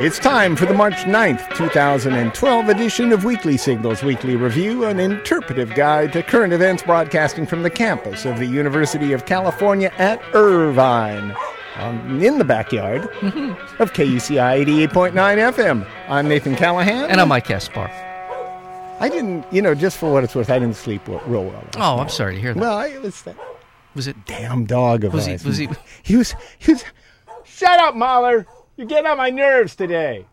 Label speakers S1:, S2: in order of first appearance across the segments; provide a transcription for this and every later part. S1: It's time for the March 9th, 2012 edition of Weekly Signals Weekly Review, an interpretive guide to current events broadcasting from the campus of the University of California at Irvine. Um, in the backyard
S2: Mm-hmm.
S1: of KUCI 88.9 FM. I'm Nathan Callahan.
S2: And I'm Mike Caspar.
S1: I didn't, you know, just for what it's worth, I didn't sleep w- real well. last
S2: Oh, I'm
S1: night.
S2: sorry to hear that.
S1: Well, I, it was that
S2: was it?
S1: damn dog of
S2: Was he-
S1: ours.
S2: was he-
S1: He was. He was. Shut up, Mahler! You're getting on my nerves today.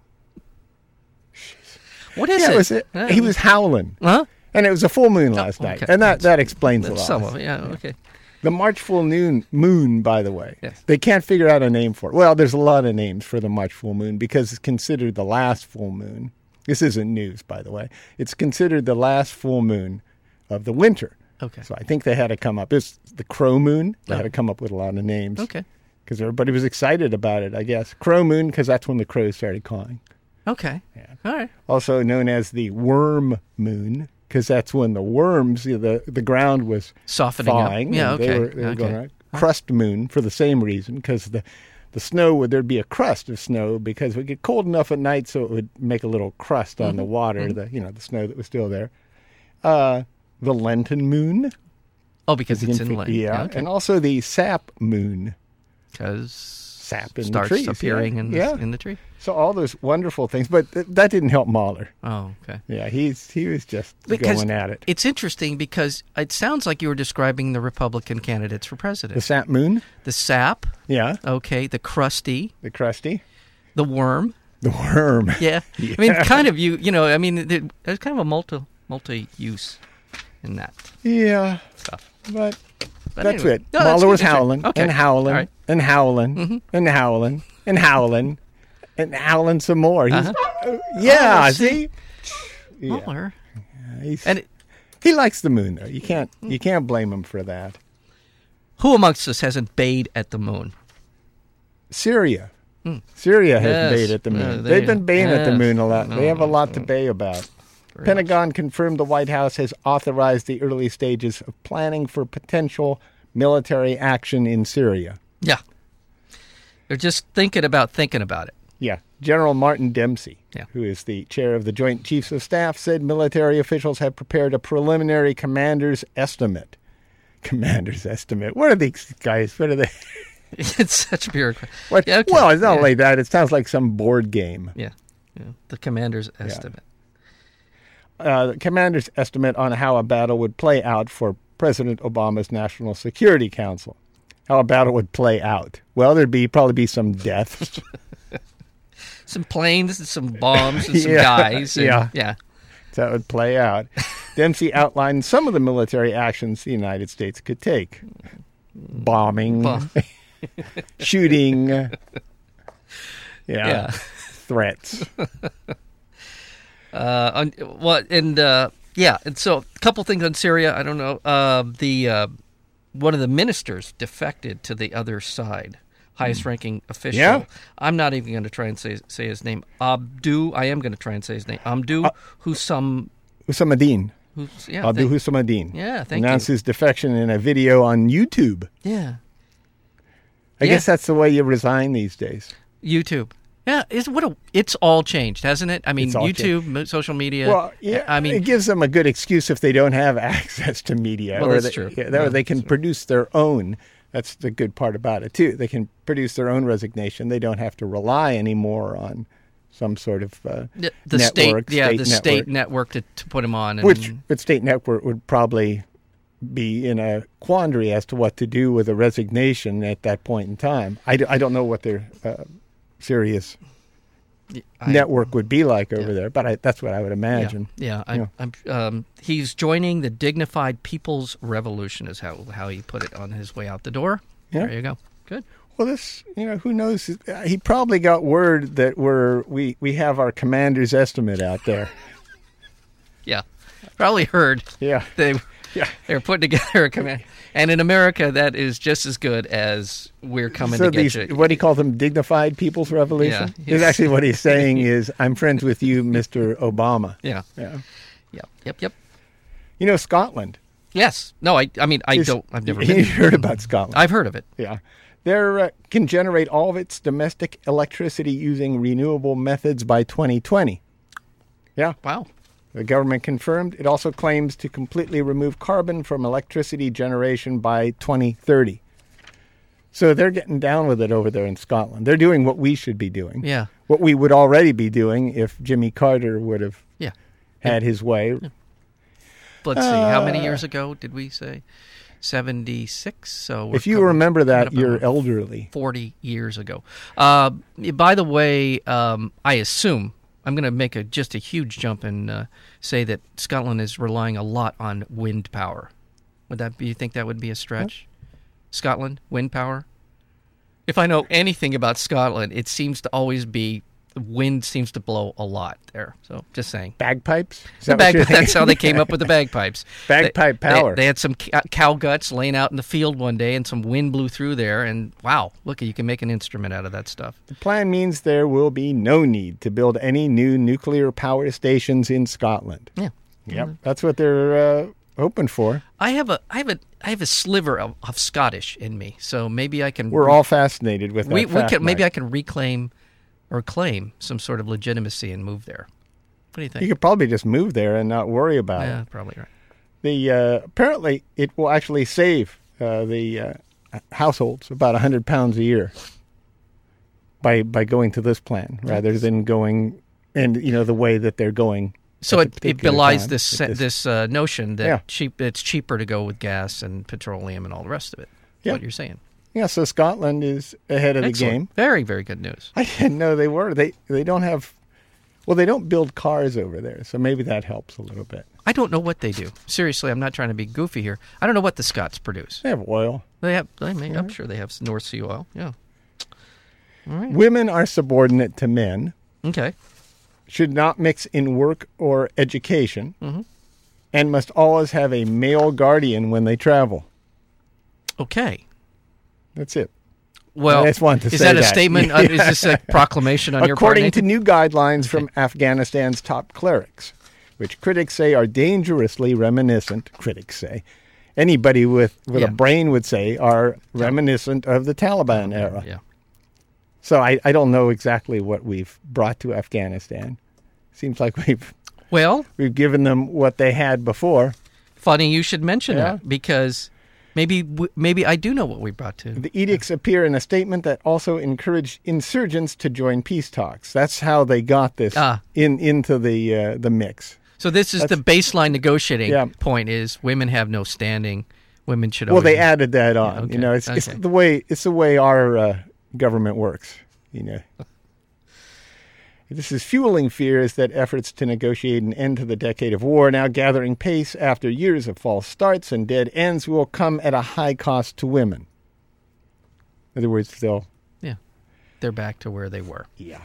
S2: What is
S1: Yeah,
S2: it?
S1: it was it.
S2: Uh,
S1: He was howling.
S2: Huh?
S1: And it was a full moon last
S2: Oh, okay.
S1: night, and that, that explains a lot.
S2: That's some of it. Yeah. Okay.
S1: The March full noon moon, by the way,
S2: Yes.
S1: they can't figure out a name for it. Well, there's a lot of names for the March full moon because it's considered the last full moon. This isn't news, by the way. It's considered the last full moon of the winter.
S2: Okay. Oh.
S1: So I think they had to come up. It's the crow moon. They had to come up with a lot of names.
S2: Okay.
S1: Because everybody was excited about it, I guess. Crow moon, because that's when the crows started calling.
S2: Okay. All right.
S1: Also known as the worm moon, because that's when the worms, you know, the the ground was
S2: Softening up.
S1: thawing,
S2: Yeah,
S1: and They
S2: okay,
S1: were, they were
S2: okay.
S1: going around. Crust moon for the same reason, because the the snow would there'd be a crust of snow because it would get cold enough at night, so it would make a little crust on the
S2: Mm-hmm.
S1: water, the you know the snow that was still there. Uh, the Lenten moon,
S2: Oh, because it's
S1: Infi-
S2: in lane.
S1: yeah,
S2: okay.
S1: and also the sap moon.
S2: Because
S1: Sap in the
S2: starts
S1: trees, yeah.
S2: appearing in the
S1: Yeah.
S2: in the tree.
S1: So all those wonderful things, but th- that didn't help Mahler.
S2: Oh, okay.
S1: Yeah, he's he was just
S2: Because
S1: going at it.
S2: It's interesting because it sounds like you were describing the Republican candidates for president.
S1: The sap moon,
S2: the sap,
S1: yeah,
S2: okay, the crusty,
S1: the crusty,
S2: the worm.
S1: the worm.
S2: Yeah. I mean, kind of you, you know, I mean, there- there's kind of a multi multi use in that
S1: Yeah,
S2: stuff.
S1: but
S2: But
S1: that's
S2: anyway.
S1: it.
S2: No, that's
S1: Mahler
S2: good.
S1: was
S2: That's right.
S1: howling
S2: Okay.
S1: and howling
S2: All right. Mm-hmm.
S1: and howling and howling and howling and howling some more. He's, uh yeah,
S2: Oh,
S1: see,
S2: see?
S1: Yeah,
S2: Mueller.
S1: he's-
S2: And Mm. it-
S1: he likes the moon though. You can't you can't blame him for that.
S2: who amongst us hasn't bayed at the moon?
S1: Syria. Syria has
S2: Hmm. Yes.
S1: bayed at the
S2: Uh,
S1: moon.
S2: there
S1: They've
S2: you
S1: been
S2: go.
S1: baying at the
S2: Yes.
S1: moon a lot.
S2: No,
S1: they have a
S2: no,
S1: lot to bay about.
S2: Very
S1: Pentagon confirmed the White House has authorized the early stages of planning for potential military action in Syria.
S2: Yeah. They're just thinking about thinking about it.
S1: Yeah. General Martin Dempsey,
S2: Yeah.
S1: who is the chair of the Joint Chiefs of Staff, said military officials have prepared a preliminary commander's estimate. Commander's estimate. What are these guys? What are they?
S2: it's such a bureaucrat.
S1: What?
S2: Yeah, okay.
S1: Well, it's not
S2: yeah.
S1: like that. It sounds like some board game.
S2: Yeah. yeah. The commander's estimate.
S1: Uh, the commander's estimate on how a battle would play out for President Obama's National Security Council. How a battle would play out. Well, there'd be probably be some deaths.
S2: Some planes and some bombs and some
S1: Yeah.
S2: guys. and-
S1: Yeah.
S2: Yeah.
S1: that would play out. Dempsey outlined some of the military actions the United States could take bombing,
S2: Bomb.
S1: shooting, yeah,
S2: Yeah.
S1: threats.
S2: Uh, on, well, and uh, yeah, and so a couple things on Syria. I don't know. Uh, the uh, one of the ministers defected to the other side, highest ranking official.
S1: Hmm. Yeah.
S2: I'm not even going to try and say say his name. Abdu. I am going to try and say his name.
S1: Uh,
S2: Abdu Husam.
S1: Husamadin,
S2: Who's yeah?
S1: Abdul
S2: thank-
S1: Husamadin,
S2: Yeah, thank you.
S1: announced his defection in a video on YouTube.
S2: yeah.
S1: I
S2: Yeah.
S1: guess that's the way you resign these days.
S2: YouTube. Yeah, is what a, it's all changed, hasn't it? I mean,
S1: It's all
S2: YouTube, mo social media.
S1: Well, yeah,
S2: I mean,
S1: it gives them a good excuse if they don't have access to media,
S2: Well,
S1: or
S2: that's
S1: they,
S2: true.
S1: yeah, that- or
S2: Yeah,
S1: they can produce their own. That's the good part about it too. They can produce their own resignation. They don't have to rely anymore on some sort of uh,
S2: the, the
S1: network,
S2: state, yeah, the state
S1: network,
S2: network to, to put him on. And,
S1: which the state network would probably be in a quandary as to what to do with a resignation at that point in time. I, d- I don't know what their uh, serious
S2: I-
S1: network would be like over there, but I, that's what I would imagine.
S2: Yeah, yeah, I,
S1: Yeah.
S2: I'm. Um, he's joining the Dignified People's Revolution, is how how he put it on his way out the door.
S1: Yeah.
S2: There you go. Good.
S1: Well, this, you know, who knows? He probably got word that we're we we have our commander's estimate out there.
S2: Yeah, probably heard.
S1: Yeah.
S2: They
S1: Yeah.
S2: they're putting together a command, and in America that is just as good as we're coming
S1: So
S2: to get
S1: these,
S2: you.
S1: what he called them, dignified people's revolution.
S2: Yeah.
S1: Is actually what he's saying is, I'm friends with you, Mr. Obama.
S2: yeah,
S1: Yeah.
S2: yep, yep, yep.
S1: You know, Scotland.
S2: Yes. No, I. I mean, I
S1: is-
S2: don't. I've never
S1: You
S2: been.
S1: heard about Scotland?
S2: I've heard of it.
S1: yeah. There uh, can generate all of its domestic electricity using renewable methods by 2020. Yeah,
S2: Wow.
S1: the government confirmed. It also claims to completely remove carbon from electricity generation by 2030. So they're getting down with it over there in Scotland. They're doing what we should be doing.
S2: Yeah.
S1: What we would already be doing if Jimmy Carter would have
S2: Yeah.
S1: had his way.
S2: Let's see. How
S1: Uh,
S2: many years ago did we say? 76. So we're
S1: If you
S2: coming-
S1: remember that,
S2: coming up
S1: you're
S2: on
S1: elderly.
S2: 40 years ago. Uh, by the way, um, I assume I'm going to make a just a huge jump and uh, say that Scotland is relying a lot on wind power. Would that be? You think that would be a stretch? Scotland wind power. If I know anything about Scotland, it seems to always be the wind seems to blow a lot there. So just saying.
S1: Bagpipes? Is that what
S2: The bagpipe-
S1: you're
S2: that's
S1: thinking?
S2: how they came up with the bagpipes.
S1: Bagpipe
S2: They-
S1: power.
S2: They, they had some c- cow guts laying out in the field one day, and some wind blew through there. And wow, look, you can make an instrument out of that stuff.
S1: The plan means there will be no need to build any new nuclear power stations in Scotland.
S2: Yeah,
S1: Yep, that's what they're uh, hoping for.
S2: I have a, I have a, I have a sliver of, of Scottish in me, so maybe I can.
S1: We're all fascinated with that.
S2: we, we
S1: fact,
S2: can maybe
S1: Mike.
S2: I can reclaim or claim some sort of legitimacy and move there. What do you
S1: you
S2: think?
S1: could probably just move there and not worry about
S2: Yeah,
S1: it.
S2: probably right.
S1: The uh, apparently it will actually save uh, the uh, households about hundred pounds a year by by going to this plan rather than going and you know the way that they're going.
S2: So
S1: at
S2: it,
S1: the
S2: it
S1: particular
S2: belies
S1: time
S2: this
S1: with
S2: se- this uh, notion that
S1: Yeah.
S2: cheap it's cheaper to go with gas and petroleum and all the rest of it.
S1: Yeah.
S2: What you're saying.
S1: Yeah, so Scotland is ahead of
S2: Excellent.
S1: the game.
S2: Very, very good news.
S1: I didn't know they were. They they don't have. Well, they don't build cars over there, so maybe that helps a little bit.
S2: I don't know what they do. Seriously, I'm not trying to be goofy here. I don't know what the Scots produce.
S1: They have oil.
S2: They have, they may, I'm sure they have some North Sea oil. Yeah.
S1: Women are subordinate to men.
S2: Okay.
S1: should not mix in work or education,
S2: Mm-hmm.
S1: and must always have a male guardian when they travel.
S2: Okay.
S1: That's it.
S2: Well,
S1: I just wanted to
S2: is
S1: say
S2: that a
S1: that.
S2: statement? Uh, Is this a proclamation on your part?
S1: According to
S2: Nathan?
S1: new guidelines from Afghanistan's top clerics, which critics say are dangerously reminiscent, critics say, anybody with, with
S2: Yeah.
S1: a brain would say are reminiscent of the Taliban era.
S2: yeah.
S1: So I, I don't know exactly what we've brought to Afghanistan. Seems like we've
S2: Well,
S1: we've given them what they had before.
S2: funny you should mention
S1: Yeah.
S2: that because maybe w- maybe I do know what we brought to.
S1: The edicts appear in a statement that also encouraged insurgents to join peace talks. That's how they got this
S2: Ah.
S1: in into the uh, the mix.
S2: So this is the baseline negotiating
S1: Yeah.
S2: point: is women have no standing. Women should.
S1: Well, they
S2: always-
S1: added that on.
S2: okay,
S1: You know, it's, it's
S2: okay.
S1: the way it's the way our uh, government works. You know, this is fueling fears that efforts to negotiate an end to the decade of war, now gathering pace after years of false starts and dead ends, will come at a high cost to women. In other words, they'll
S2: Yeah. They're back to where they were.
S1: yeah.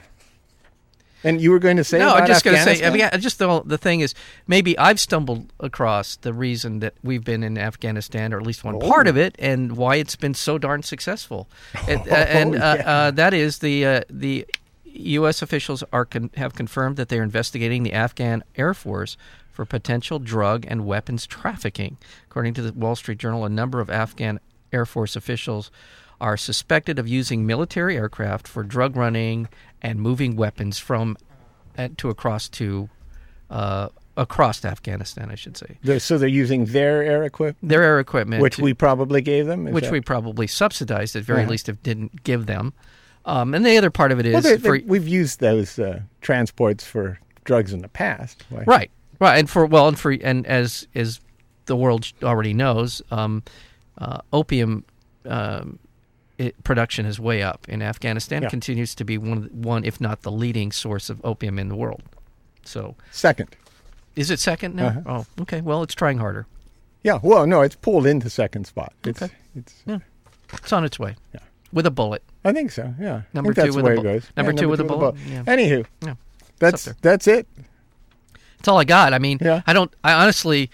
S1: And you were going to say
S2: No,
S1: about
S2: I'm just going to say. I
S1: Afghanistan?
S2: mean, I just the, the thing is, maybe I've stumbled across the reason that we've been in Afghanistan, or at least one part
S1: Oh.
S2: of it, and why it's been so darn successful. and uh, and, uh,
S1: Oh,
S2: uh, that is the uh, the U.S. officials are con- have confirmed that they're investigating the Afghan Air Force for potential drug and weapons trafficking, according to the Wall Street Journal. A number of Afghan Air Force officials are suspected of using military aircraft for drug running and moving weapons from and to across to uh, across Afghanistan, I should say.
S1: They're, so they're using their air equipment,
S2: Their air equipment,
S1: which
S2: to-
S1: we probably gave them. Is
S2: which
S1: that-
S2: we probably subsidized at very least, if didn't give them. Um, and the other part of it is
S1: well, they
S2: for
S1: they- we've used those uh, transports for drugs in the past. Why-
S2: right, right, and for well, and for and as as the world already knows, um, uh, opium. Um, it, production is way up, and Afghanistan
S1: Yeah.
S2: continues to be one, of the- one, if not the leading source of opium in the world. So,
S1: Second.
S2: is it second now?
S1: Uh-huh.
S2: Oh, okay. Well, it's trying harder.
S1: Yeah. Well, no, it's pulled into second spot. It's,
S2: Okay.
S1: It's.
S2: Yeah. It's on its way.
S1: Yeah.
S2: With a bullet.
S1: I think so. Yeah. I
S2: Number
S1: think that's
S2: two
S1: the
S2: with a
S1: way it
S2: bu-
S1: goes.
S2: number two with a bullet, yeah.
S1: Anywho,
S2: Yeah.
S1: that's
S2: there.
S1: that's it.
S2: That's all I got. I mean,
S1: Yeah.
S2: I don't. I honestly,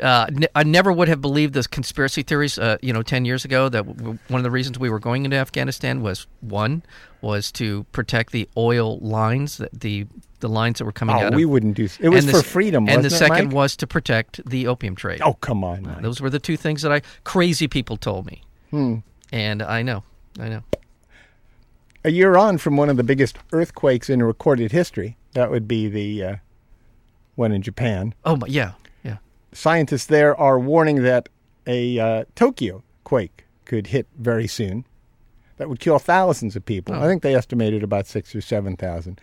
S2: uh, n- I never would have believed those conspiracy theories. Uh, you know, ten years ago, that w- w- one of the reasons we were going into Afghanistan was one was to protect the oil lines that the the lines that were coming out.
S1: Oh, we
S2: of,
S1: wouldn't do. s- It was
S2: and the
S1: for
S2: s-
S1: freedom.
S2: And the
S1: wasn't it,
S2: second
S1: Mike?
S2: was to protect the opium trade.
S1: Oh come on. Mike. Hmm.
S2: Those were the two things that I crazy people told me, and I know I know.
S1: A year on from one of the biggest earthquakes in recorded history, that would be the uh, one in Japan.
S2: Oh my, yeah, yeah.
S1: Scientists there are warning that a uh, Tokyo quake could hit very soon. That would kill thousands of people. I think they estimated about six or seven thousand,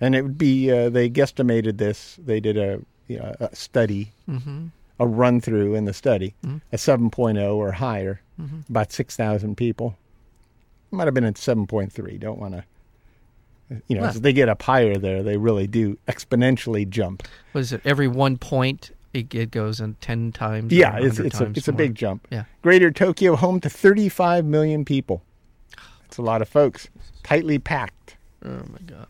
S1: and it would be uh, they guesstimated this. They did a, you know, a study, a run through in the study, a seven oh or higher, about six thousand people. It might have been at seven point three. Don't want to. You know,
S2: Well.
S1: as they get up higher there, they really do exponentially jump.
S2: What is it? Every one point, it, it goes in ten times. or
S1: Yeah, it's
S2: 100
S1: it's a,
S2: times
S1: it's a
S2: more.
S1: big jump.
S2: Yeah.
S1: Greater Tokyo, home to 35 million people. That's a lot of folks, tightly packed.
S2: Oh my god.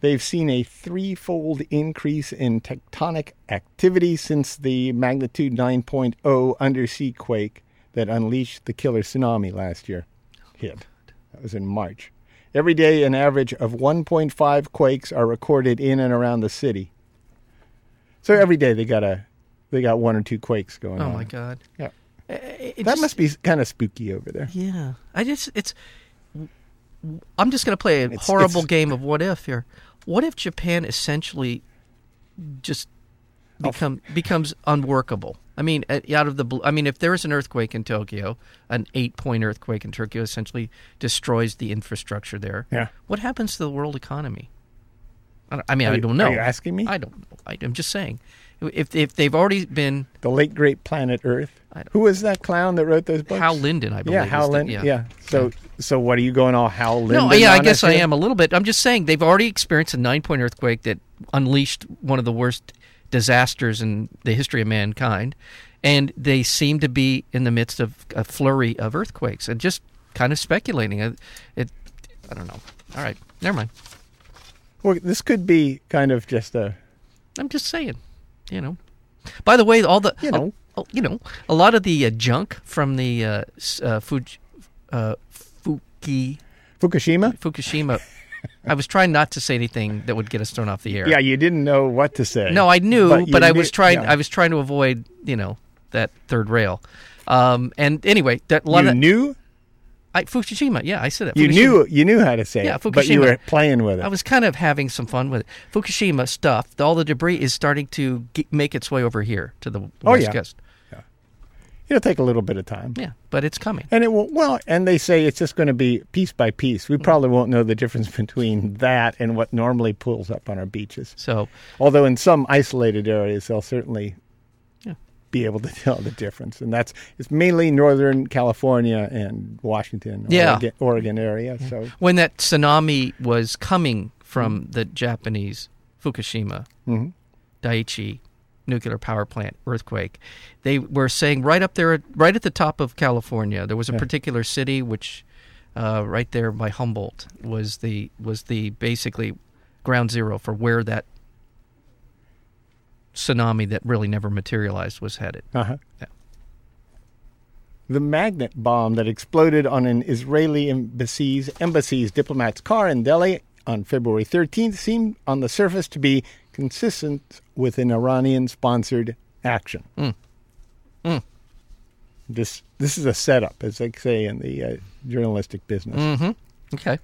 S1: They've seen a threefold increase in tectonic activity since the magnitude 9.0 undersea quake that unleashed the killer tsunami last year hit. That was in March. Every day, an average of 1.5 quakes are recorded in and around the city. So every day they got a, they got one or two quakes going
S2: Oh
S1: on.
S2: my god.
S1: Yeah.
S2: Eh, eh, it
S1: That
S2: just-
S1: must be kind of spooky over there.
S2: Yeah, I just it's. I'm just going to play a
S1: It's-
S2: horrible
S1: it's-
S2: game of what if here. What if Japan essentially just
S1: Oh.
S2: become becomes unworkable? I mean, uh, out of the blue. I mean, if there is an earthquake in Tokyo, an eight point earthquake in Tokyo essentially destroys the infrastructure there.
S1: Yeah.
S2: What happens to the world economy? I, don't- I mean,
S1: Are
S2: I
S1: you-
S2: don't know.
S1: are you asking me?
S2: I don't. know. I, I'm just saying, if if they've already been
S1: The late great planet Earth.
S2: I don't-
S1: Who was that clown that wrote those books?
S2: Hal Linden, I believe.
S1: Yeah,
S2: is
S1: Hal
S2: the-
S1: Linden. Yeah. So, so what are you going all Hal Linden?
S2: No, yeah, I
S1: on us
S2: guess I
S1: here?
S2: am a little bit. I'm just saying they've already experienced a nine point earthquake that unleashed one of the worst disasters in the history of mankind. And they seem to be in the midst of a flurry of earthquakes and just kind of speculating. It, it I don't know. All right, never mind.
S1: Well, this could be kind of just a.
S2: I'm just saying, you know. By the way, all the
S1: You know.
S2: a, you know, a lot of the uh, junk from the uh, s- uh, Fuji, uh, Fuki
S1: Fukushima?
S2: Fukushima. I was trying not to say anything that would get us thrown off the air.
S1: Yeah, you didn't know what to say.
S2: No, I knew, but,
S1: you
S2: I
S1: knew-
S2: was trying.
S1: yeah.
S2: I was trying to avoid, you know, that third rail. Um, and anyway, that a lot
S1: you
S2: of
S1: knew.
S2: I, Fukushima. Yeah, I said it.
S1: You
S2: Fukushima.
S1: knew. You knew how to say
S2: Yeah,
S1: it, but you
S2: Fukushima.
S1: were playing with it.
S2: I was kind of having some fun with it. Fukushima stuff. All the debris is starting to ge make its way over here to the west
S1: Oh, yeah.
S2: coast.
S1: It'll take a little bit of time.
S2: Yeah, but it's coming.
S1: And it will, well, and they say it's just going to be piece by piece.
S2: Mm.
S1: We probably won't know the difference between that and what normally pulls up on our beaches.
S2: So
S1: Although in some isolated areas, they'll certainly
S2: Yeah.
S1: be able to tell the difference, and that's it's mainly Northern California and Washington,
S2: Yeah.
S1: Oregon, Oregon area. So
S2: when that tsunami was coming from the Japanese Fukushima Daiichi nuclear power plant earthquake, they were saying right up there, right at the top of California, there was a particular city which, uh, right there by Humboldt, was the was the basically ground zero for where that tsunami that really never materialized was headed.
S1: uh
S2: Yeah.
S1: the magnet bomb that exploded on an Israeli embassy's embassy's diplomat's car in Delhi on February 13th seemed on the surface to be consistent with an Iranian-sponsored action. This this is a setup, as they say in the uh, journalistic business.
S2: Okay.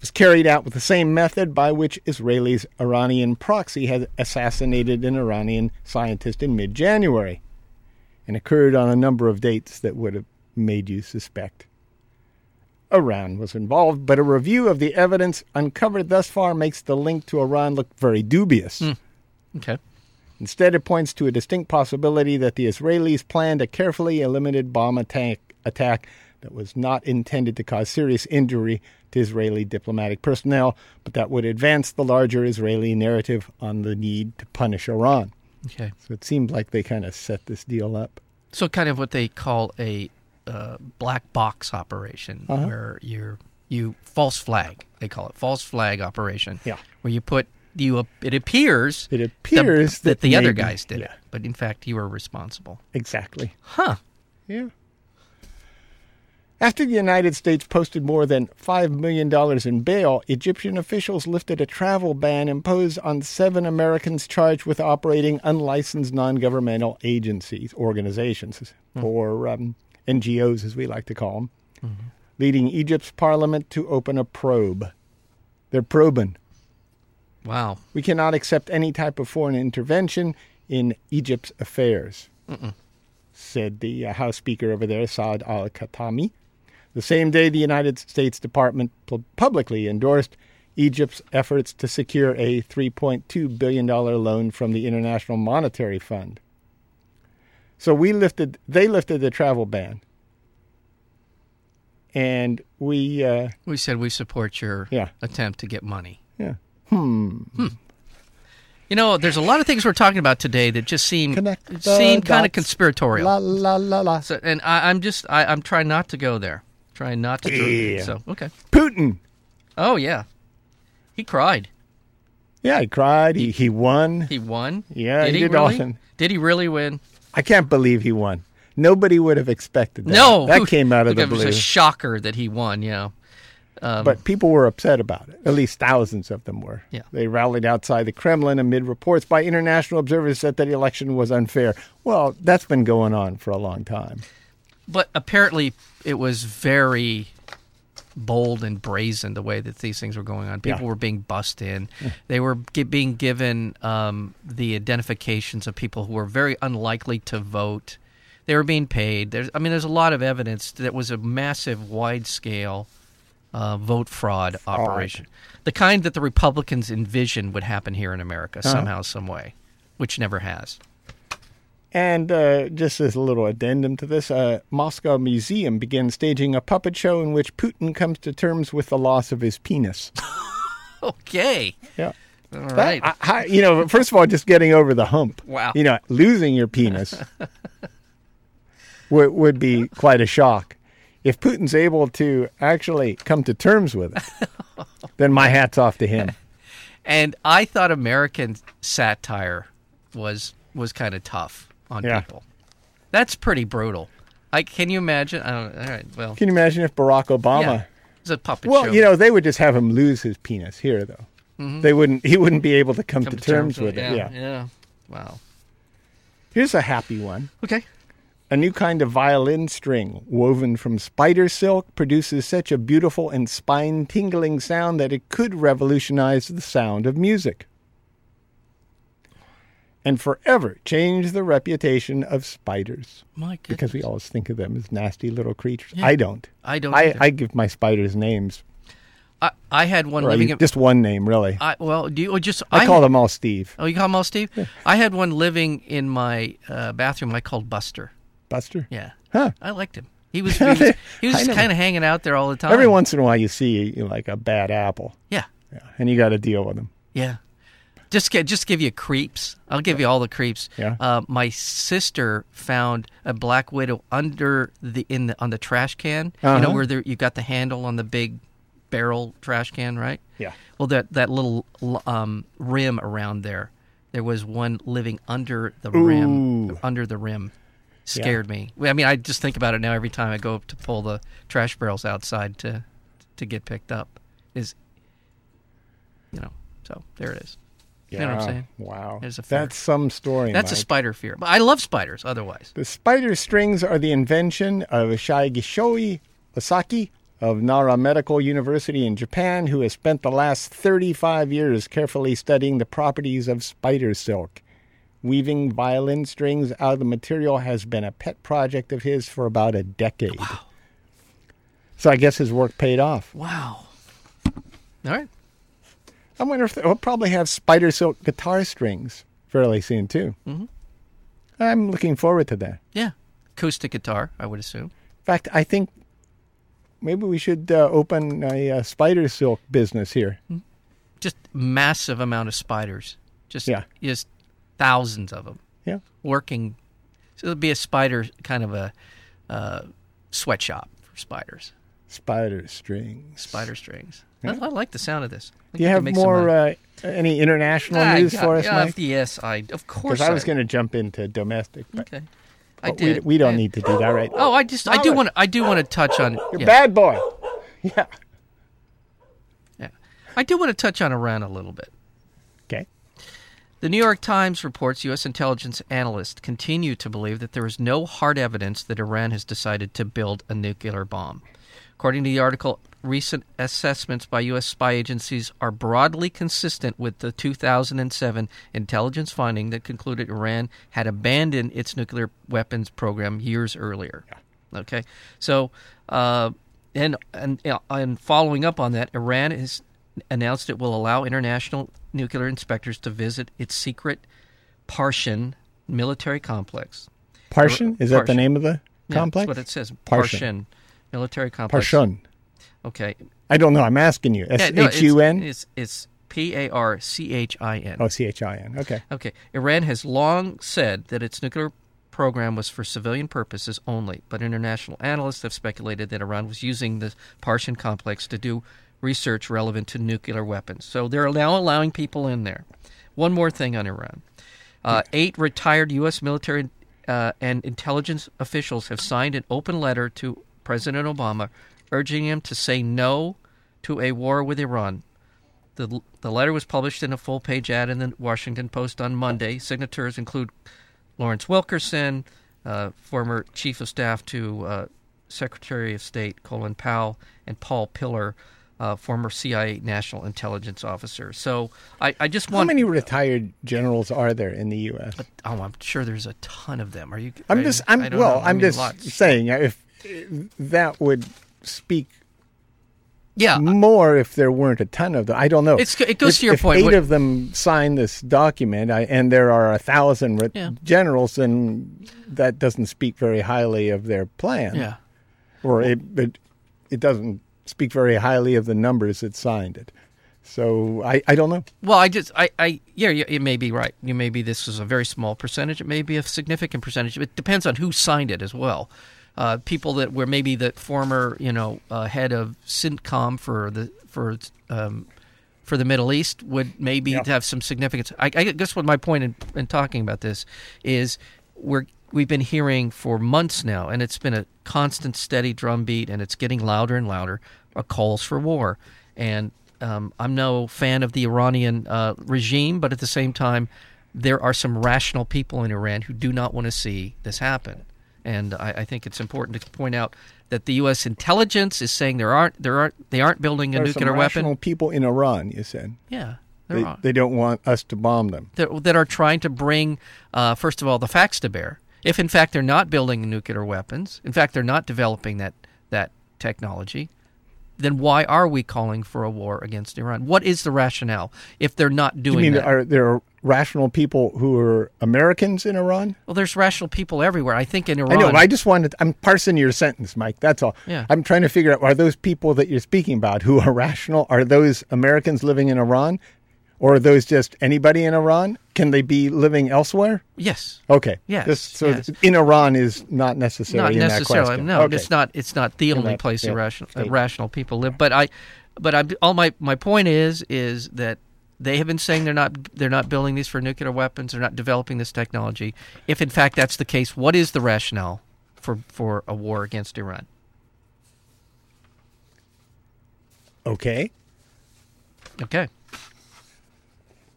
S1: was carried out with the same method by which Israelis' Iranian proxy had assassinated an Iranian scientist in mid January and occurred on a number of dates that would have made you suspect. Iran was involved, but a review of the evidence uncovered thus far makes the link to Iran look very dubious.
S2: Okay.
S1: Instead, it points to a distinct possibility that the Israelis planned a carefully eliminated bomb attack, attack that was not intended to cause serious injury to Israeli diplomatic personnel, but that would advance the larger Israeli narrative on the need to punish Iran.
S2: Okay.
S1: So it seemed like they kind of set this deal up.
S2: So kind of what they call a uh, black box operation,
S1: Uh-huh.
S2: where you're you false flag. They call it false flag operation.
S1: Yeah.
S2: Where you put you it appears
S1: It
S2: the-
S1: appears
S2: that,
S1: that
S2: the other
S1: maybe-
S2: guys did it,
S1: yeah.
S2: but in fact you were responsible.
S1: Exactly.
S2: Huh.
S1: Yeah. After the United States posted more than $5 million in bail, Egyptian officials lifted a travel ban imposed on seven Americans charged with operating unlicensed non governmental agencies, organizations, or um, NGOs as we like to call them. leading Egypt's parliament to open a probe. They're probing.
S2: Wow.
S1: We cannot accept any type of foreign intervention in Egypt's affairs, said the uh, House Speaker over there, Saad al Khatami. The same day, the United States Department pu- publicly endorsed Egypt's efforts to secure a $3.2 billion loan from the International Monetary Fund. So we lifted, they lifted the travel ban. And we, uh,
S2: We said we support your
S1: Yeah.
S2: attempt to get money.
S1: yeah,
S2: You know, there's a lot of things we're talking about today that just seem
S1: Connect the
S2: seem kind of
S1: dots.
S2: conspiratorial.
S1: la la la la.
S2: So, and I, I'm just I, I'm trying not to go there. Trying not to.
S1: Yeah.
S2: So okay.
S1: Putin.
S2: Oh yeah, he cried.
S1: Yeah, he cried. He, he won.
S2: He won.
S1: Yeah,
S2: did
S1: he
S2: he,
S1: did
S2: really?
S1: awesome.
S2: Did he really win?
S1: I can't believe he won. Nobody would have expected that.
S2: No,
S1: that came out of the
S2: It was
S1: blue.
S2: a shocker that he won. Yeah.
S1: but people were upset about it. At least thousands of them were.
S2: um, Yeah.
S1: They rallied outside the Kremlin amid reports by international observers that the election was unfair. Well, that's been going on for a long time.
S2: But apparently, it was very bold and brazen the way that these things were going on. People
S1: Yeah.
S2: were being bussed in. They were gi- being given um, the identifications of people who were very unlikely to vote. They were being paid. There's, I mean, there's a lot of evidence that it was a massive, wide scale uh, vote fraud operation. The kind that the Republicans envisioned would happen here in America somehow, some way, which never has.
S1: And uh, just as a little addendum to this, uh, Moscow Museum began staging a puppet show in which Putin comes to terms with the loss of his penis.
S2: Okay.
S1: Yeah.
S2: All
S1: That-
S2: right.
S1: I- I- you know, first of all, just getting over the hump.
S2: Wow.
S1: You know, losing your penis would, would be quite a shock. If Putin's able to actually come to terms with it, then my hat's off to him.
S2: and I thought American satire was was kind of tough on
S1: Yeah.
S2: people. That's pretty brutal. I can you imagine? I don't. All right. Well,
S1: Can you imagine if Barack Obama?
S2: yeah, it's a puppet
S1: Well,
S2: show. Mm-hmm.
S1: you know, they would just have him lose his penis here, though. They wouldn't. He wouldn't be able to come,
S2: Come
S1: to, terms, with it.
S2: Yeah,
S1: Yeah.
S2: yeah. Wow.
S1: Here's a happy one.
S2: Okay.
S1: A new kind of violin string woven from spider silk produces such a beautiful and spine tingling sound that it could revolutionize the sound of music and forever change the reputation of spiders.
S2: My goodness.
S1: Because we always think of them as nasty little creatures. I don't.
S2: I don't.
S1: I,
S2: either.
S1: I give my spiders names,
S2: I, I had one
S1: or I
S2: living
S1: use
S2: in.
S1: just one name, really.
S2: I, well, do you or just?
S1: I, call them all Steve.
S2: Oh, you call them all Steve? I had one living in my uh, bathroom. I called Buster.
S1: Buster?
S2: Yeah.
S1: Huh.
S2: I liked him. He was he was, he was
S1: I
S2: just
S1: never-
S2: kind of hanging out there all the time.
S1: Every once in a while, you see you know, like a bad apple,
S2: Yeah.
S1: yeah, and you got to deal with them.
S2: Yeah. Just get, just give you creeps. I'll give you all the creeps.
S1: Yeah.
S2: Uh, my sister found a black widow under the in the on the trash can. You
S1: Uh-huh.
S2: know where there, you got the handle on the big barrel trash can, right?
S1: Yeah.
S2: Well, that that little l- um, rim around there, there was one living under the
S1: Ooh.
S2: rim. Under the rim, scared me. I mean, I just think about it now every time I go up to pull the trash barrels outside to to get picked up. Is you know, so there it is. You know what I'm saying?
S1: Wow.
S2: There's a fear.
S1: That's some story.
S2: That's a
S1: Mike.
S2: spider fear, but I love spiders. Otherwise,
S1: The spider strings are the invention of Shigeshoi Osaki of Nara Medical University in Japan, who has spent the last 35 years carefully studying the properties of spider silk. Weaving violin strings out of the material has been a pet project of his for about a decade. Wow. So I guess his work paid off.
S2: wow. All right.
S1: I wonder if they'll probably have spider silk guitar strings fairly soon, too. Mm-hmm. I'm looking forward to that.
S2: Yeah, acoustic guitar. I would assume.
S1: In fact, I think maybe we should uh, open a uh, spider silk business here.
S2: Hmm. Just massive amount of spiders. Just
S1: Yeah.
S2: just thousands of them.
S1: Yeah.
S2: working. So it'll be a spider kind of a uh, sweatshop for spiders,
S1: Spider strings.
S2: spider strings. I- I, like the sound of this. I think
S1: Do you
S2: we can
S1: have
S2: make some
S1: more
S2: money.
S1: uh, any international
S2: Ah,
S1: news
S2: yeah,
S1: for us,
S2: yeah,
S1: Mike?
S2: Yes, I of
S1: Because
S2: course.
S1: I was going to jump into domestic, but,
S2: Okay, I
S1: but we,
S2: did.
S1: we don't
S2: I-
S1: need to do that right now.
S2: Oh, I just I do
S1: Solid.
S2: want I do want to touch on yeah,
S1: Bad boy. Yeah.
S2: yeah. I do want to touch on Iran a little bit.
S1: Okay.
S2: The New York Times reports U.S. intelligence analysts continue to believe that there is no hard evidence that Iran has decided to build a nuclear bomb. According to the article, recent assessments by U.S. spy agencies are broadly consistent with the 2007 intelligence finding that concluded Iran had abandoned its nuclear weapons program years earlier. Okay, so uh, and and and following up on that, Iran has announced it will allow international nuclear inspectors to visit its secret Parshin military complex.
S1: Parshin? Is that the
S2: Parshin.
S1: name of the
S2: Yeah,
S1: complex?
S2: That's what it says.
S1: Parshin.
S2: Parshin. Military complex.
S1: Parshun.
S2: Okay.
S1: I don't know. I'm asking you.
S2: Yeah,
S1: S
S2: no,
S1: H U N?
S2: It's it's P A R C H I N.
S1: Oh, C H I N. Okay.
S2: Okay. Iran has long said that its nuclear program was for civilian purposes only, but international analysts have speculated that Iran was using the Parshin complex to do research relevant to nuclear weapons. So they're now allowing people in there. One more thing on Iran. Uh, eight retired U.S. military uh, and intelligence officials have signed an open letter to President Obama urging him to say no to a war with Iran. The, the letter was published in a full page ad in the Washington Post on Monday. Signatures include Lawrence Wilkerson, uh, former chief of staff to uh, Secretary of State Colin Powell, and Paul Pillar, uh, former CIA national intelligence officer. So I, I just
S1: How
S2: want.
S1: many retired generals are there in the U.S.?
S2: oh, I'm sure there's a ton of them. Are you?
S1: I'm
S2: I-
S1: just,
S2: I
S1: I'm,
S2: don't
S1: well,
S2: know. I
S1: I'm
S2: mean,
S1: just
S2: lots.
S1: saying uh, if that would speak
S2: Yeah,
S1: more if there weren't a ton of them. I don't know.
S2: It's- it goes
S1: If-
S2: to your
S1: if
S2: point,
S1: Eight
S2: what-
S1: of them sign this document, I, and there are a thousand re-
S2: Yeah.
S1: generals, and that doesn't speak very highly of their plan.
S2: yeah.
S1: or it, it it doesn't speak very highly of the numbers that signed it. So I, I don't know.
S2: Well, I just, I, I, yeah, you, you may be right. You may be this is a very small percentage. It may be a significant percentage. It depends on who signed it as well. Uh, people that were maybe the former, you know, uh, head of CINTCOM for the for um, for the Middle East would maybe have some significance. I, I guess what my point in, in talking about this is we're we've been hearing for months now, and it's been a constant, steady drumbeat, and it's getting louder and louder. uh calls for war, and um, I'm no fan of the Iranian uh, regime, but at the same time, there are some rational people in Iran who do not want to see this happen. And I, I think it's important to point out that the U.S. intelligence is saying there aren't there aren't they aren't building a
S1: There are some
S2: nuclear weapon.
S1: rational people in Iran, you said.
S2: Yeah, there
S1: They,
S2: are.
S1: they don't want us to bomb them.
S2: that, that are trying to bring, uh, first of all, the facts to bear. If in fact they're not building nuclear weapons, in fact they're not developing that that technology, then why are we calling for a war against Iran? What is the rationale if they're not doing
S1: I mean,
S2: that?
S1: are there rational people who are Americans in Iran?
S2: well, there's rational people everywhere. I think in Iran.
S1: I know. I just wanted. I'm parsing your sentence, Mike. That's all.
S2: Yeah.
S1: I'm trying to figure out are those people that you're speaking about who are rational? Are those Americans living in Iran, or are those just anybody in Iran? Can they be living elsewhere?
S2: yes.
S1: Okay.
S2: Yes,
S1: Just so
S2: yes.
S1: in Iran is not necessary.
S2: Not
S1: in That
S2: necessarily.
S1: question.
S2: No,
S1: Okay.
S2: it's not. It's not the only
S1: that
S2: place
S1: state-
S2: irrational
S1: state.
S2: irrational people live. But I, but I, all my my point is is that they have been saying they're not they're not building these for nuclear weapons. They're not developing this technology. If in fact that's the case, what is the rationale for for a war against Iran?
S1: Okay.
S2: Okay.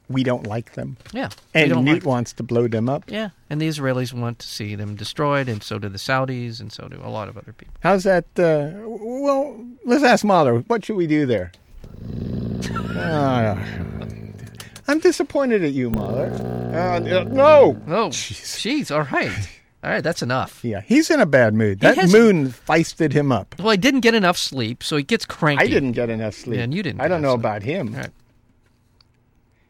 S1: We don't like them,
S2: Yeah. We
S1: and
S2: don't
S1: Newt
S2: like-
S1: wants to blow them up.
S2: yeah, and the Israelis want to see them destroyed, and so do the Saudis, and so do a lot of other people.
S1: How's that? Uh, w- well, let's ask Mahler. What should we do there? Ah. I'm disappointed at you, Mahler. Uh, uh, no.
S2: Oh, jeez. All right, all right. That's enough.
S1: Yeah, he's in a bad mood. That
S2: has-
S1: moon feisted him up.
S2: Well, he didn't get enough sleep, so he gets cranky.
S1: I didn't get enough sleep.
S2: Yeah, and you didn't
S1: I
S2: get
S1: don't know
S2: enough sleep.
S1: about him.
S2: All right.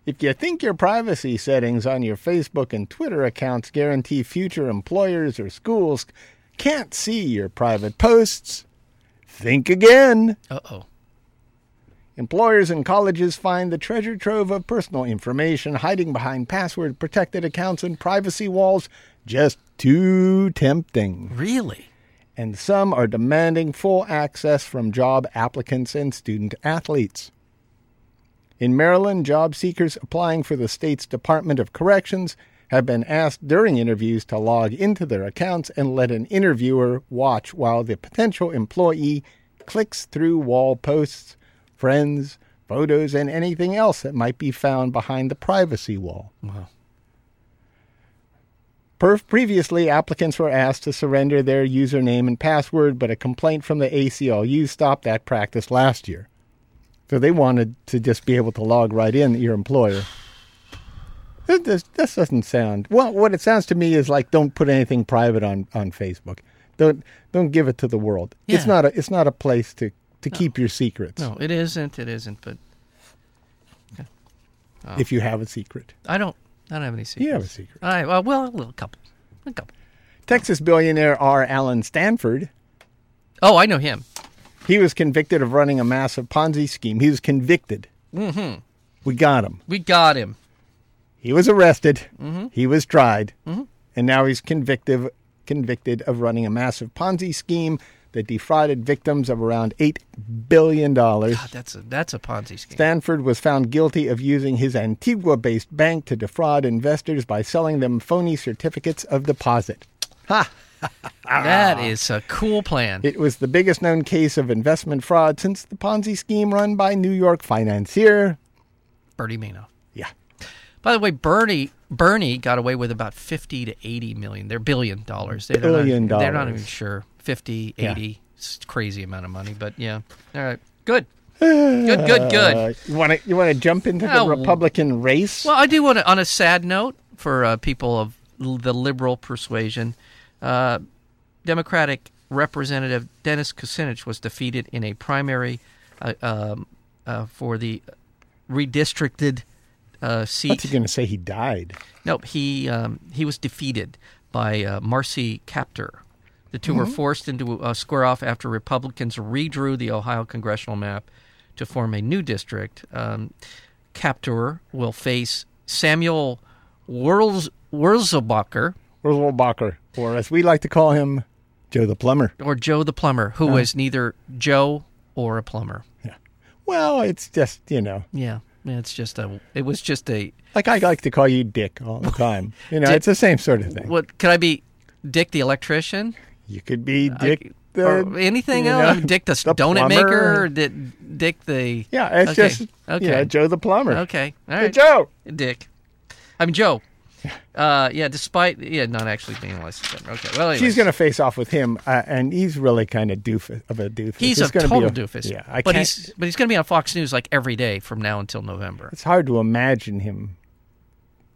S1: If you think your privacy settings on your Facebook and Twitter accounts guarantee future employers or schools can't see your private posts, think again.
S2: Uh oh.
S1: Employers and colleges find the treasure trove of personal information hiding behind password protected accounts and privacy walls just too tempting.
S2: Really?
S1: And some are demanding full access from job applicants and student athletes. In Maryland, job seekers applying for the state's Department of Corrections have been asked during interviews to log into their accounts and let an interviewer watch while the potential employee clicks through wall posts, friends, photos, and anything else that might be found behind the privacy wall.
S2: Wow.
S1: Perf, previously, applicants were asked to surrender their username and password, but a complaint from the ACLU stopped that practice last year. So they wanted to just be able to log right in your employer. This, this, this doesn't sound well. What it sounds to me is like don't put anything private on, on Facebook. Don't don't give it to the world. It's
S2: Yeah.
S1: not a it's not a place to, to keep your secrets
S2: No, it isn't. It isn't. But
S1: if you have a secret.
S2: I don't. I don't have any secrets.
S1: You have a secret.
S2: I well, well, a little couple, a couple.
S1: Texas billionaire R. Allen Stanford
S2: Oh, I know him.
S1: He was convicted of running a massive Ponzi scheme. He was convicted. Mm-hmm. We got him.
S2: We got him.
S1: He was arrested. He was tried, and now he's convicted convicted of running a massive Ponzi scheme that defrauded victims of around eight billion dollars.
S2: God, that's a that's a Ponzi scheme.
S1: Stanford was found guilty of using his Antigua based bank to defraud investors by selling them phony certificates of deposit.
S2: that is a cool plan.
S1: It was the biggest known case of investment fraud since the Ponzi scheme run by New York financier.
S2: Bernie Mino.
S1: Yeah.
S2: By the way, Bernie Bernie got away with about fifty to eighty million. They're billion dollars. They're
S1: Billion
S2: not, They're not
S1: dollars.
S2: even sure. 50,
S1: Yeah.
S2: 80, it's a crazy amount of money. But yeah, all right, good, good, good, good.
S1: Uh, you want to you want to jump into the
S2: Oh.
S1: Republican race?
S2: Well, I do want to, on a sad note for uh, people of l- the liberal persuasion, uh, Democratic Representative Dennis Kucinich was defeated in a primary uh, um, uh, for the redistricted uh,
S1: What's
S2: seat.
S1: he going to say? He died.
S2: No, he um, he was defeated by uh, Marcy Kaptur. The 2 were forced into a square off after Republicans redrew the Ohio congressional map to form a new district. Um, Kaptur will face Samuel Wurz- Wurzelbacher
S1: Roswell Bacher, or as we like to call him, Joe the Plumber.
S2: or Joe the plumber, who is neither Joe or a plumber.
S1: Yeah. Well, it's just you know,
S2: Yeah, it's just a. It was just a.
S1: like I like to call you Dick all the time. You know,
S2: Dick-
S1: it's the same sort of thing.
S2: What could I be? Dick the electrician.
S1: you could be Dick the
S2: uh, or anything
S1: you
S2: else?
S1: know,
S2: Dick the, donut
S1: plumber.
S2: maker, or Di- Dick the
S1: Yeah, it's
S2: Okay.
S1: just
S2: okay,
S1: you know, Joe the Plumber.
S2: okay, all
S1: Hey,
S2: right,
S1: Joe.
S2: Dick. I mean Joe. Uh, yeah, despite yeah, not actually being a licensed plumber. Okay, well, anyways.
S1: She's going to face off with him, uh, and he's really kind of doofus of a doofus.
S2: He's a
S1: gonna be
S2: total doofus.
S1: Yeah, I
S2: but
S1: can't.
S2: he's but he's going to be on Fox News like every day from now until November.
S1: It's hard to imagine him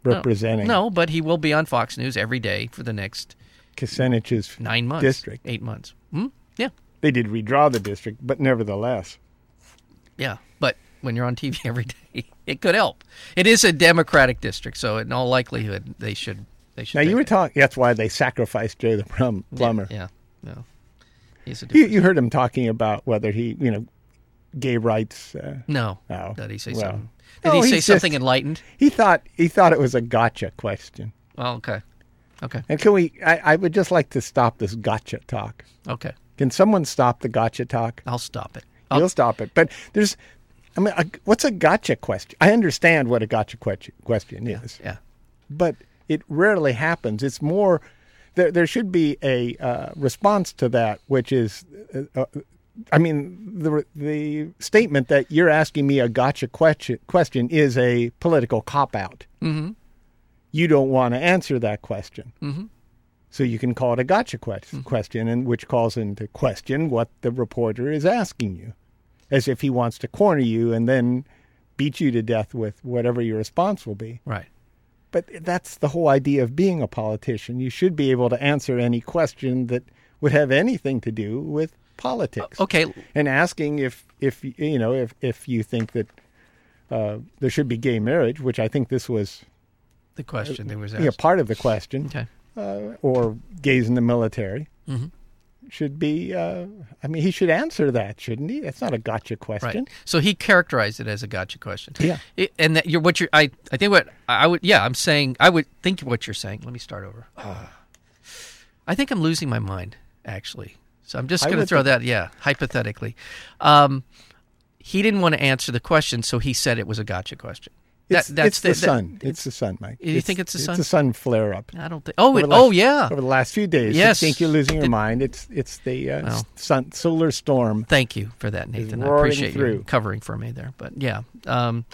S1: representing
S2: No, but he will be on Fox News every day for the next
S1: Kucinich's
S2: nine months,
S1: district.
S2: eight months. Hmm? Yeah,
S1: They did redraw the district, but nevertheless,
S2: Yeah, but when you're on TV every day, it could help. It is a Democratic district, so in all likelihood, they should they should.
S1: now
S2: take
S1: you were
S2: it.
S1: talking. That's why they sacrificed Joe the Plum, Plumber.
S2: yeah, no, he's a
S1: You,
S2: different.
S1: you heard him talking about whether he, you know, gay rights. Uh,
S2: no,
S1: Oh,
S2: did he say
S1: well.
S2: something? Did
S1: No,
S2: he
S1: he's
S2: say
S1: just-
S2: something enlightened?
S1: he thought he thought it was a gotcha question.
S2: Well, okay, okay,
S1: And can we? I, I would just like to stop this gotcha talk.
S2: okay.
S1: Can someone stop the gotcha talk?
S2: I'll stop it.
S1: you
S2: I'll-
S1: will stop it. But there's, I mean, a, what's a gotcha question? I understand what a gotcha que- question is,
S2: yeah,
S1: but it rarely happens. It's more there. There should be a uh, response to that, which is, uh, uh, I mean, the the statement that you're asking me a gotcha question question is a political cop out. Mm-hmm. You don't want to answer that question. Mm-hmm. So you can call it a gotcha que- question, and which calls into question what the reporter is asking you, as if he wants to corner you and then beat you to death with whatever your response will be.
S2: right.
S1: But that's the whole idea of being a politician. You should be able to answer any question that would have anything to do with politics.
S2: Uh, Okay,
S1: And asking if, if you know, if, if you think that uh, there should be gay marriage, which I think this was
S2: the question that was
S1: you know,
S2: asked.
S1: part of the question,
S2: Okay, Mm-hmm.
S1: uh, or gays in the military, should be, uh, I mean, he should answer that, shouldn't he? That's not a gotcha question.
S2: right. So he characterized it as a gotcha question.
S1: Yeah.
S2: It- and that you're what you're. I I think what I I would. Yeah, I'm saying I would think what you're saying. Let me start over. I think I'm losing my mind, actually. So I'm just
S1: I
S2: going to
S1: would
S2: throw that, yeah, hypothetically. Um, he didn't want to answer the question, so he said it was a gotcha question.
S1: It's,
S2: That-
S1: it's the, sun. it's the sun, Mike.
S2: You think it's the sun?
S1: It's a sun flare up.
S2: I don't think. Oh, it,
S1: over the
S2: oh
S1: last-
S2: yeah.
S1: over the last few days.
S2: Yes.
S1: you think you're losing your
S2: Did-
S1: mind. It's it's the uh,
S2: Well.
S1: sun, solar storm.
S2: Thank you for that, Nathan. I
S1: roaring
S2: appreciate
S1: through.
S2: you covering for me there. But yeah, um,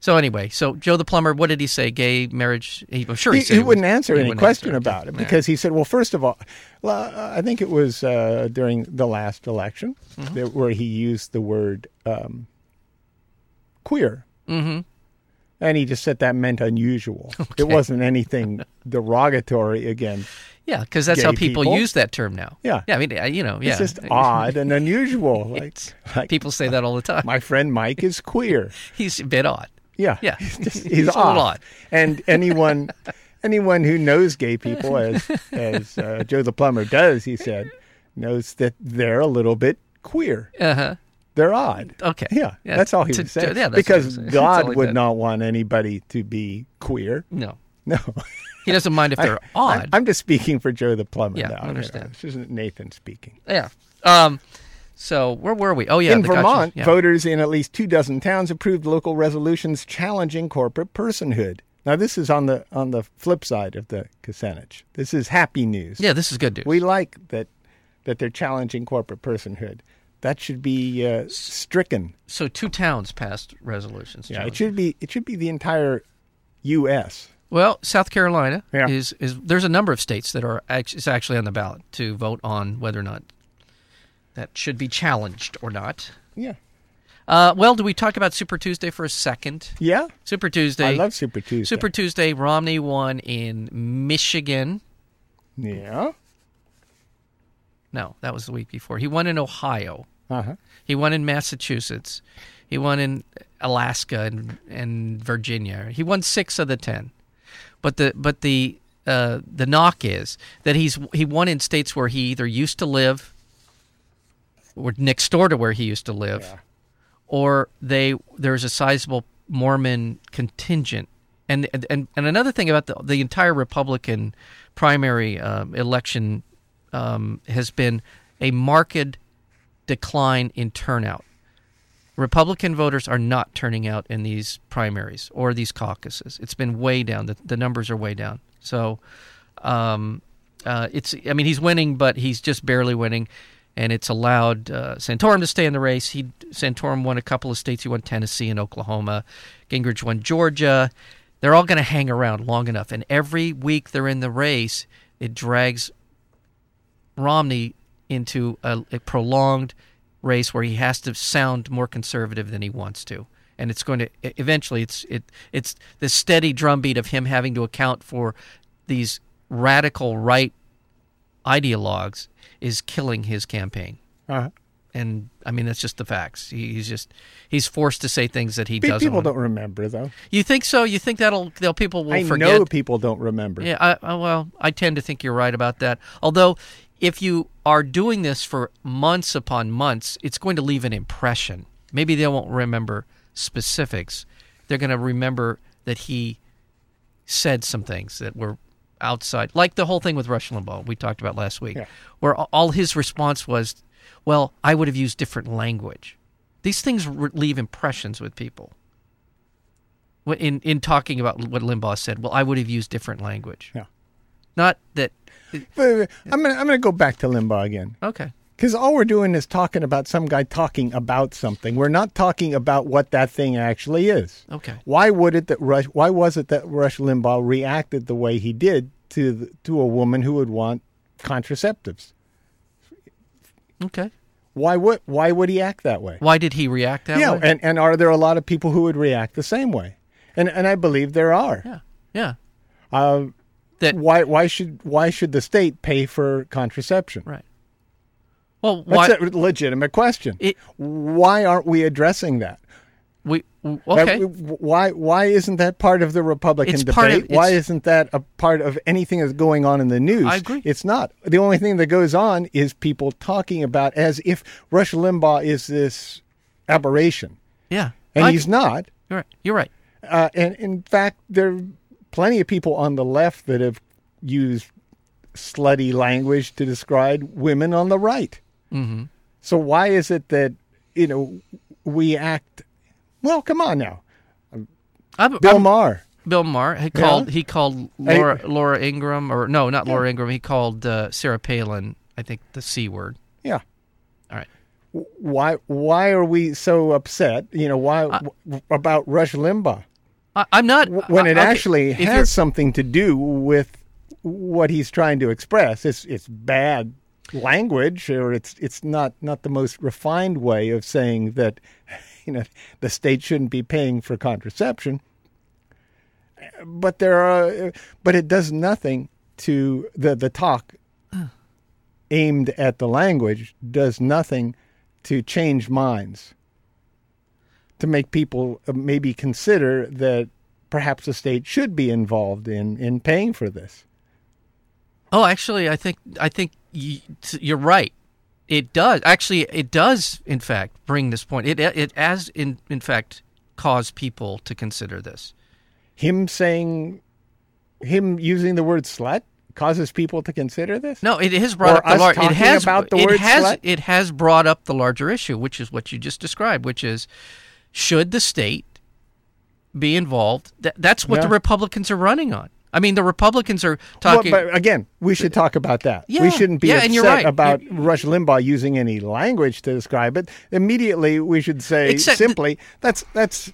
S2: So anyway, so Joe the plumber, what did he say? Gay marriage? He, I'm sure he,
S1: He,
S2: said
S1: he wouldn't answer
S2: he
S1: any
S2: wouldn't
S1: question
S2: answer.
S1: about it
S2: Yeah.
S1: because he said, well, first of all, la- I think it was uh, during the last election
S2: Mm-hmm.
S1: that, where he used the word um, queer. Mm-hmm. And he just said that meant unusual. It wasn't anything derogatory again.
S2: yeah, because that's
S1: gay
S2: how people,
S1: people.
S2: use that term now.
S1: Yeah.
S2: yeah. I mean, uh, you know, yeah,
S1: It's just odd and unusual. Like,
S2: It's-
S1: like
S2: people say that all the time.
S1: my friend Mike is queer.
S2: He's a bit odd.
S1: Yeah,
S2: Yeah.
S1: He's, just, he's,
S2: He's a little
S1: off.
S2: odd.
S1: And anyone, anyone who knows gay people, as as uh, Joe the plumber does, he said, knows that they're a little bit queer.
S2: Uh huh.
S1: They're odd.
S2: Okay.
S1: Yeah,
S2: Oh, Yeah,
S1: that's all he
S2: to-
S1: was saying.
S2: to- yeah, that's what he was
S1: because
S2: saying. That's all
S1: God
S2: he
S1: would
S2: meant.
S1: not want anybody to be queer.
S2: No,
S1: No,
S2: he doesn't mind if they're odd.
S1: I'm just speaking for Joe the plumber.
S2: Yeah,
S1: now.
S2: I understand.
S1: This isn't Nathan speaking.
S2: yeah. Um. So where were we? Oh yeah,
S1: in
S2: the gotcha-
S1: Vermont,
S2: yeah.
S1: voters in at least two dozen towns approved local resolutions challenging corporate personhood. Now, this is on the on the flip side of the Kucinich. This is happy news.
S2: Yeah, this is good news.
S1: We like that that they're challenging corporate personhood. That should be uh, stricken.
S2: so two towns passed resolutions.
S1: Yeah,
S2: John.
S1: it should be it should be the entire U.S.
S2: Well, South Carolina
S1: Yeah.
S2: is is there's a number of states that are act- it's actually on the ballot to vote on whether or not that should be challenged or not.
S1: Yeah,
S2: Uh, well, do we talk about Super Tuesday for a second?
S1: yeah.
S2: Super
S1: I
S2: Tuesday.
S1: love Super Tuesday.
S2: Super Tuesday. Romney won in Michigan.
S1: yeah.
S2: No, that was the week before. He won in Ohio.
S1: Uh huh.
S2: He won in Massachusetts. He won in Alaska and, and Virginia. He won six of the ten, but the but the uh, the knock is that he's he won in states where he either used to live, or next door to where he used to live, or they there's a sizable Mormon contingent. And, and and another thing about the the entire Republican primary um, election um, has been a marked decline in turnout. Republican voters are not turning out in these primaries or these caucuses. It's been way down. The, the numbers are way down. So, um, uh, it's. I mean, he's winning, but he's just barely winning, and it's allowed uh, Santorum to stay in the race. He Santorum won a couple of states. He won Tennessee and Oklahoma. Gingrich won Georgia. They're all going to hang around long enough, and every week they're in the race, it drags Romney into a, a prolonged race where he has to sound more conservative than he wants to, and it's going to e- eventually. It's it it's the steady drumbeat of him having to account for these radical right ideologues is killing his campaign.
S1: Uh-huh.
S2: And I mean that's just the facts. He, he's just he's forced to say things that he
S1: Pe-
S2: doesn't.
S1: People
S2: want-
S1: don't remember though.
S2: You think so? You think that'll they'll people will
S1: I
S2: forget?
S1: know people don't remember.
S2: Yeah, I, I, well, I tend to think you're right about that. Although, if you are doing this for months upon months, it's going to leave an impression. Maybe they won't remember specifics. They're going to remember that he said some things that were outside, like the whole thing with Rush Limbaugh we talked about last week,
S1: Yeah.
S2: where a- all his response was, "Well, I would have used different language." These things re- leave impressions with people. Wh- In in talking about what Limbaugh said, well, I would have used different language.
S1: Yeah.
S2: Not that.
S1: But I'm gonna I'm gonna go back to Limbaugh again.
S2: Okay.
S1: Because all we're doing is talking about some guy talking about something. We're not talking about what that thing actually is.
S2: Okay.
S1: Why would it that Rush? Why was it that Rush Limbaugh reacted the way he did to the, to a woman who would want contraceptives?
S2: Okay.
S1: Why would Why would he act that way?
S2: Why did he react that
S1: yeah,
S2: way?
S1: and and are there a lot of people who would react the same way? And and I believe there are.
S2: yeah. Yeah.
S1: Uh,
S2: That
S1: why Why should Why should the state pay for contraception?
S2: right. Well, why
S1: That's a legitimate question.
S2: It-
S1: why aren't we addressing that?
S2: we w-
S1: That-
S2: okay?
S1: Why why isn't that part of the Republican
S2: It's
S1: debate?
S2: part of- it's-
S1: why isn't that a part of anything that's going on in the news?
S2: I agree.
S1: It's not. The only thing that goes on is people talking about as if Rush Limbaugh is this aberration,
S2: yeah.
S1: and
S2: I-
S1: he's not.
S2: You're right. You're right.
S1: Uh, and in fact, there are plenty of people on the left that have used slutty language to describe women on the right. Mm-hmm. So why is it that you know we act? Well, come on now,
S2: I'm,
S1: Bill
S2: I'm-
S1: Maher.
S2: Bill Maher he called he called Laura Laura Ingram or no not Laura Ingram he called uh, Sarah Palin I think the c word
S1: Yeah.
S2: all right
S1: why why are we so upset you know why w- about rush limbaugh
S2: I, I'm not
S1: when it
S2: I- Uh, okay,
S1: actually
S2: if you're-
S1: has something to do with what he's trying to express. It's it's bad language, or it's it's not not the most refined way of saying that you know the state shouldn't be paying for contraception. But there are, but it does nothing to the the talk aimed at the language does nothing to change minds to make people uh, maybe consider that perhaps the state should be involved in in paying for this.
S2: Oh, actually, I think I think y- t- you're right. It does actually. It does, in fact, bring this point. It it has in in fact caused people to consider this.
S1: Him saying, him using the word slut causes people to consider this.
S2: No, it has brought
S1: Or
S2: up the
S1: us
S2: larger. It
S1: talking
S2: has
S1: about the
S2: it
S1: word
S2: has
S1: slut?
S2: it has brought up the larger issue, which is what you just described, which is should the state be involved? Th- that's what
S1: Yeah.
S2: the Republicans are running on. I mean, the Republicans are
S1: Well,
S2: talking.
S1: but again, we should talk about that.
S2: Yeah,
S1: we shouldn't be
S2: yeah,
S1: upset
S2: and you're right.
S1: about Rush Limbaugh using any language to describe it. Immediately, we should say
S2: Except th-
S1: simply that's that's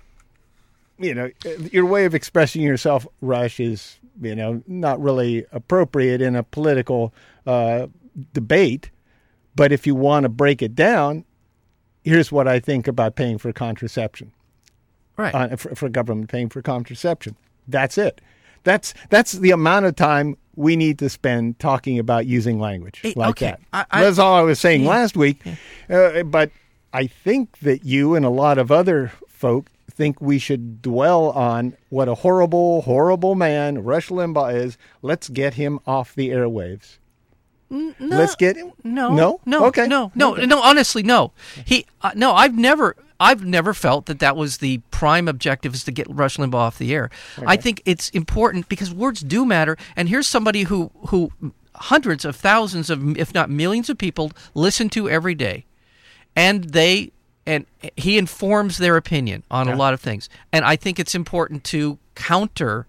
S1: you know your way of expressing yourself, Rush, is you know not really appropriate in a political uh, debate. But if you want to break it down, here's what I think about paying for contraception
S2: right.
S1: on, for, for government paying for contraception. That's it. That's that's the amount of time we need to spend talking about using language
S2: Eh,
S1: like
S2: okay.
S1: that.
S2: I- I-
S1: that's all I was saying last week. Uh, but I think that you and a lot of other folk think we should dwell on what a horrible, horrible man Rush Limbaugh is. Let's get him off the airwaves. Let's get him.
S2: No,
S1: no,
S2: no,
S1: Okay,
S2: no, no, no. Honestly, no. He, uh, no. I've never, I've never felt that that was the prime objective is to get Rush Limbaugh off the air. I think it's important because words do matter. And here's somebody who, who hundreds of thousands of, if not millions of people listen to every day, and they, and he informs their opinion on a lot of things. And I think it's important to counter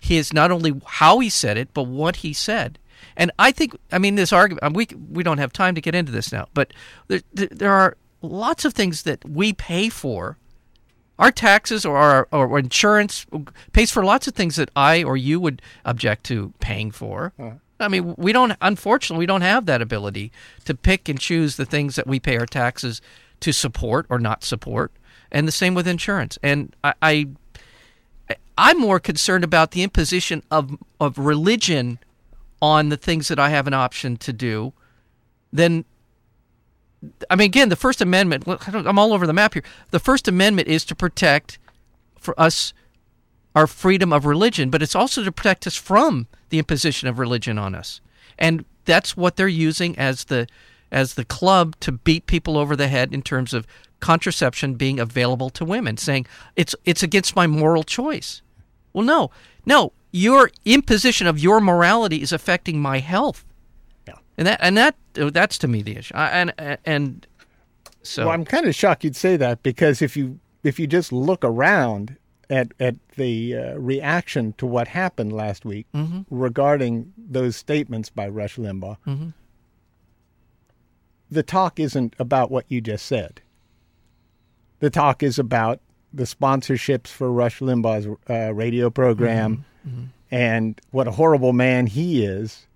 S2: his not only how he said it but what he said and i think i mean this argument um, we we don't have time to get into this now but there, there- there are lots of things that we pay for our taxes or our or insurance pays for lots of things that i or you would object to paying for i mean we don't unfortunately we don't have that ability to pick and choose the things that we pay our taxes to support or not support and the same with insurance and i, I I'm more concerned about the imposition of of religion on the things that I have an option to do than I mean again the first amendment look, I don't- I'm all over the map here. The first amendment is to protect for us our freedom of religion, but it's also to protect us from the imposition of religion on us. And that's what they're using as the as the club to beat people over the head in terms of contraception being available to women, saying it's it's against my moral choice. Well, no. No, your imposition of your morality is affecting my health.
S1: Yeah.
S2: And that and that that's to me the issue. I, and and so
S1: Well, I'm kind of shocked you'd say that because if you if you just look around at at the uh, reaction to what happened last week
S2: Mm-hmm.
S1: regarding those statements by Rush Limbaugh,
S2: Mm-hmm.
S1: the talk isn't about what you just said. The talk is about the sponsorships for Rush Limbaugh's uh, radio
S2: Mm-hmm.
S1: program and what a horrible man he is.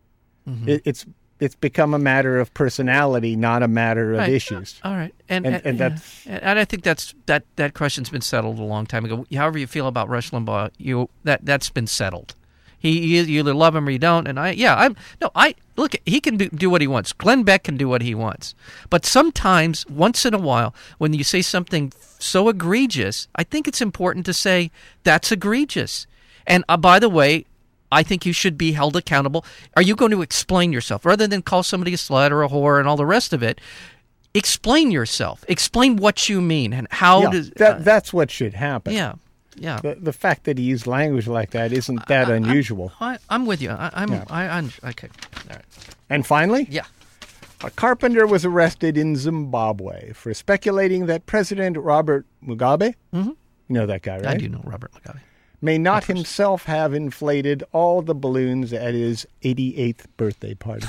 S2: Mm-hmm.
S1: It, it's it's become a matter of personality, not a matter of
S2: Right.
S1: issues.
S2: All right, and
S1: And-
S2: and,
S1: and
S2: yeah.
S1: that's-
S2: And- and I think that's that that question's been settled a long time ago. However you feel about Rush Limbaugh, you that that's been settled. He you you either love him or you don't. And I yeah I'm no I look he can do, do what he wants. Glenn Beck can do what he wants. But sometimes once in a while when you say something so egregious, I think it's important to say that's egregious. And uh, by the way, I think you should be held accountable. Are you going to explain yourself rather than call somebody a slut or a whore and all the rest of it? Explain yourself. Explain what you mean and how
S1: Yeah,
S2: does
S1: that,
S2: uh,
S1: that's what should happen.
S2: yeah yeah.
S1: The, the fact that he used language like that
S2: Uh,
S1: isn't that unusual.
S2: I, I'm with you. I, I'm I, I'm okay. All right.
S1: And finally,
S2: Yeah.
S1: a carpenter was arrested in Zimbabwe for speculating that President Robert Mugabe, you know that guy, right?
S2: Mm-hmm. I do know Robert McGovern.
S1: May not himself have inflated all the balloons at his 88th birthday party.